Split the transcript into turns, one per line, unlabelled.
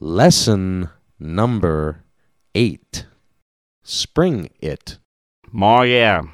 Lesson number eight Spring It.
More yeah.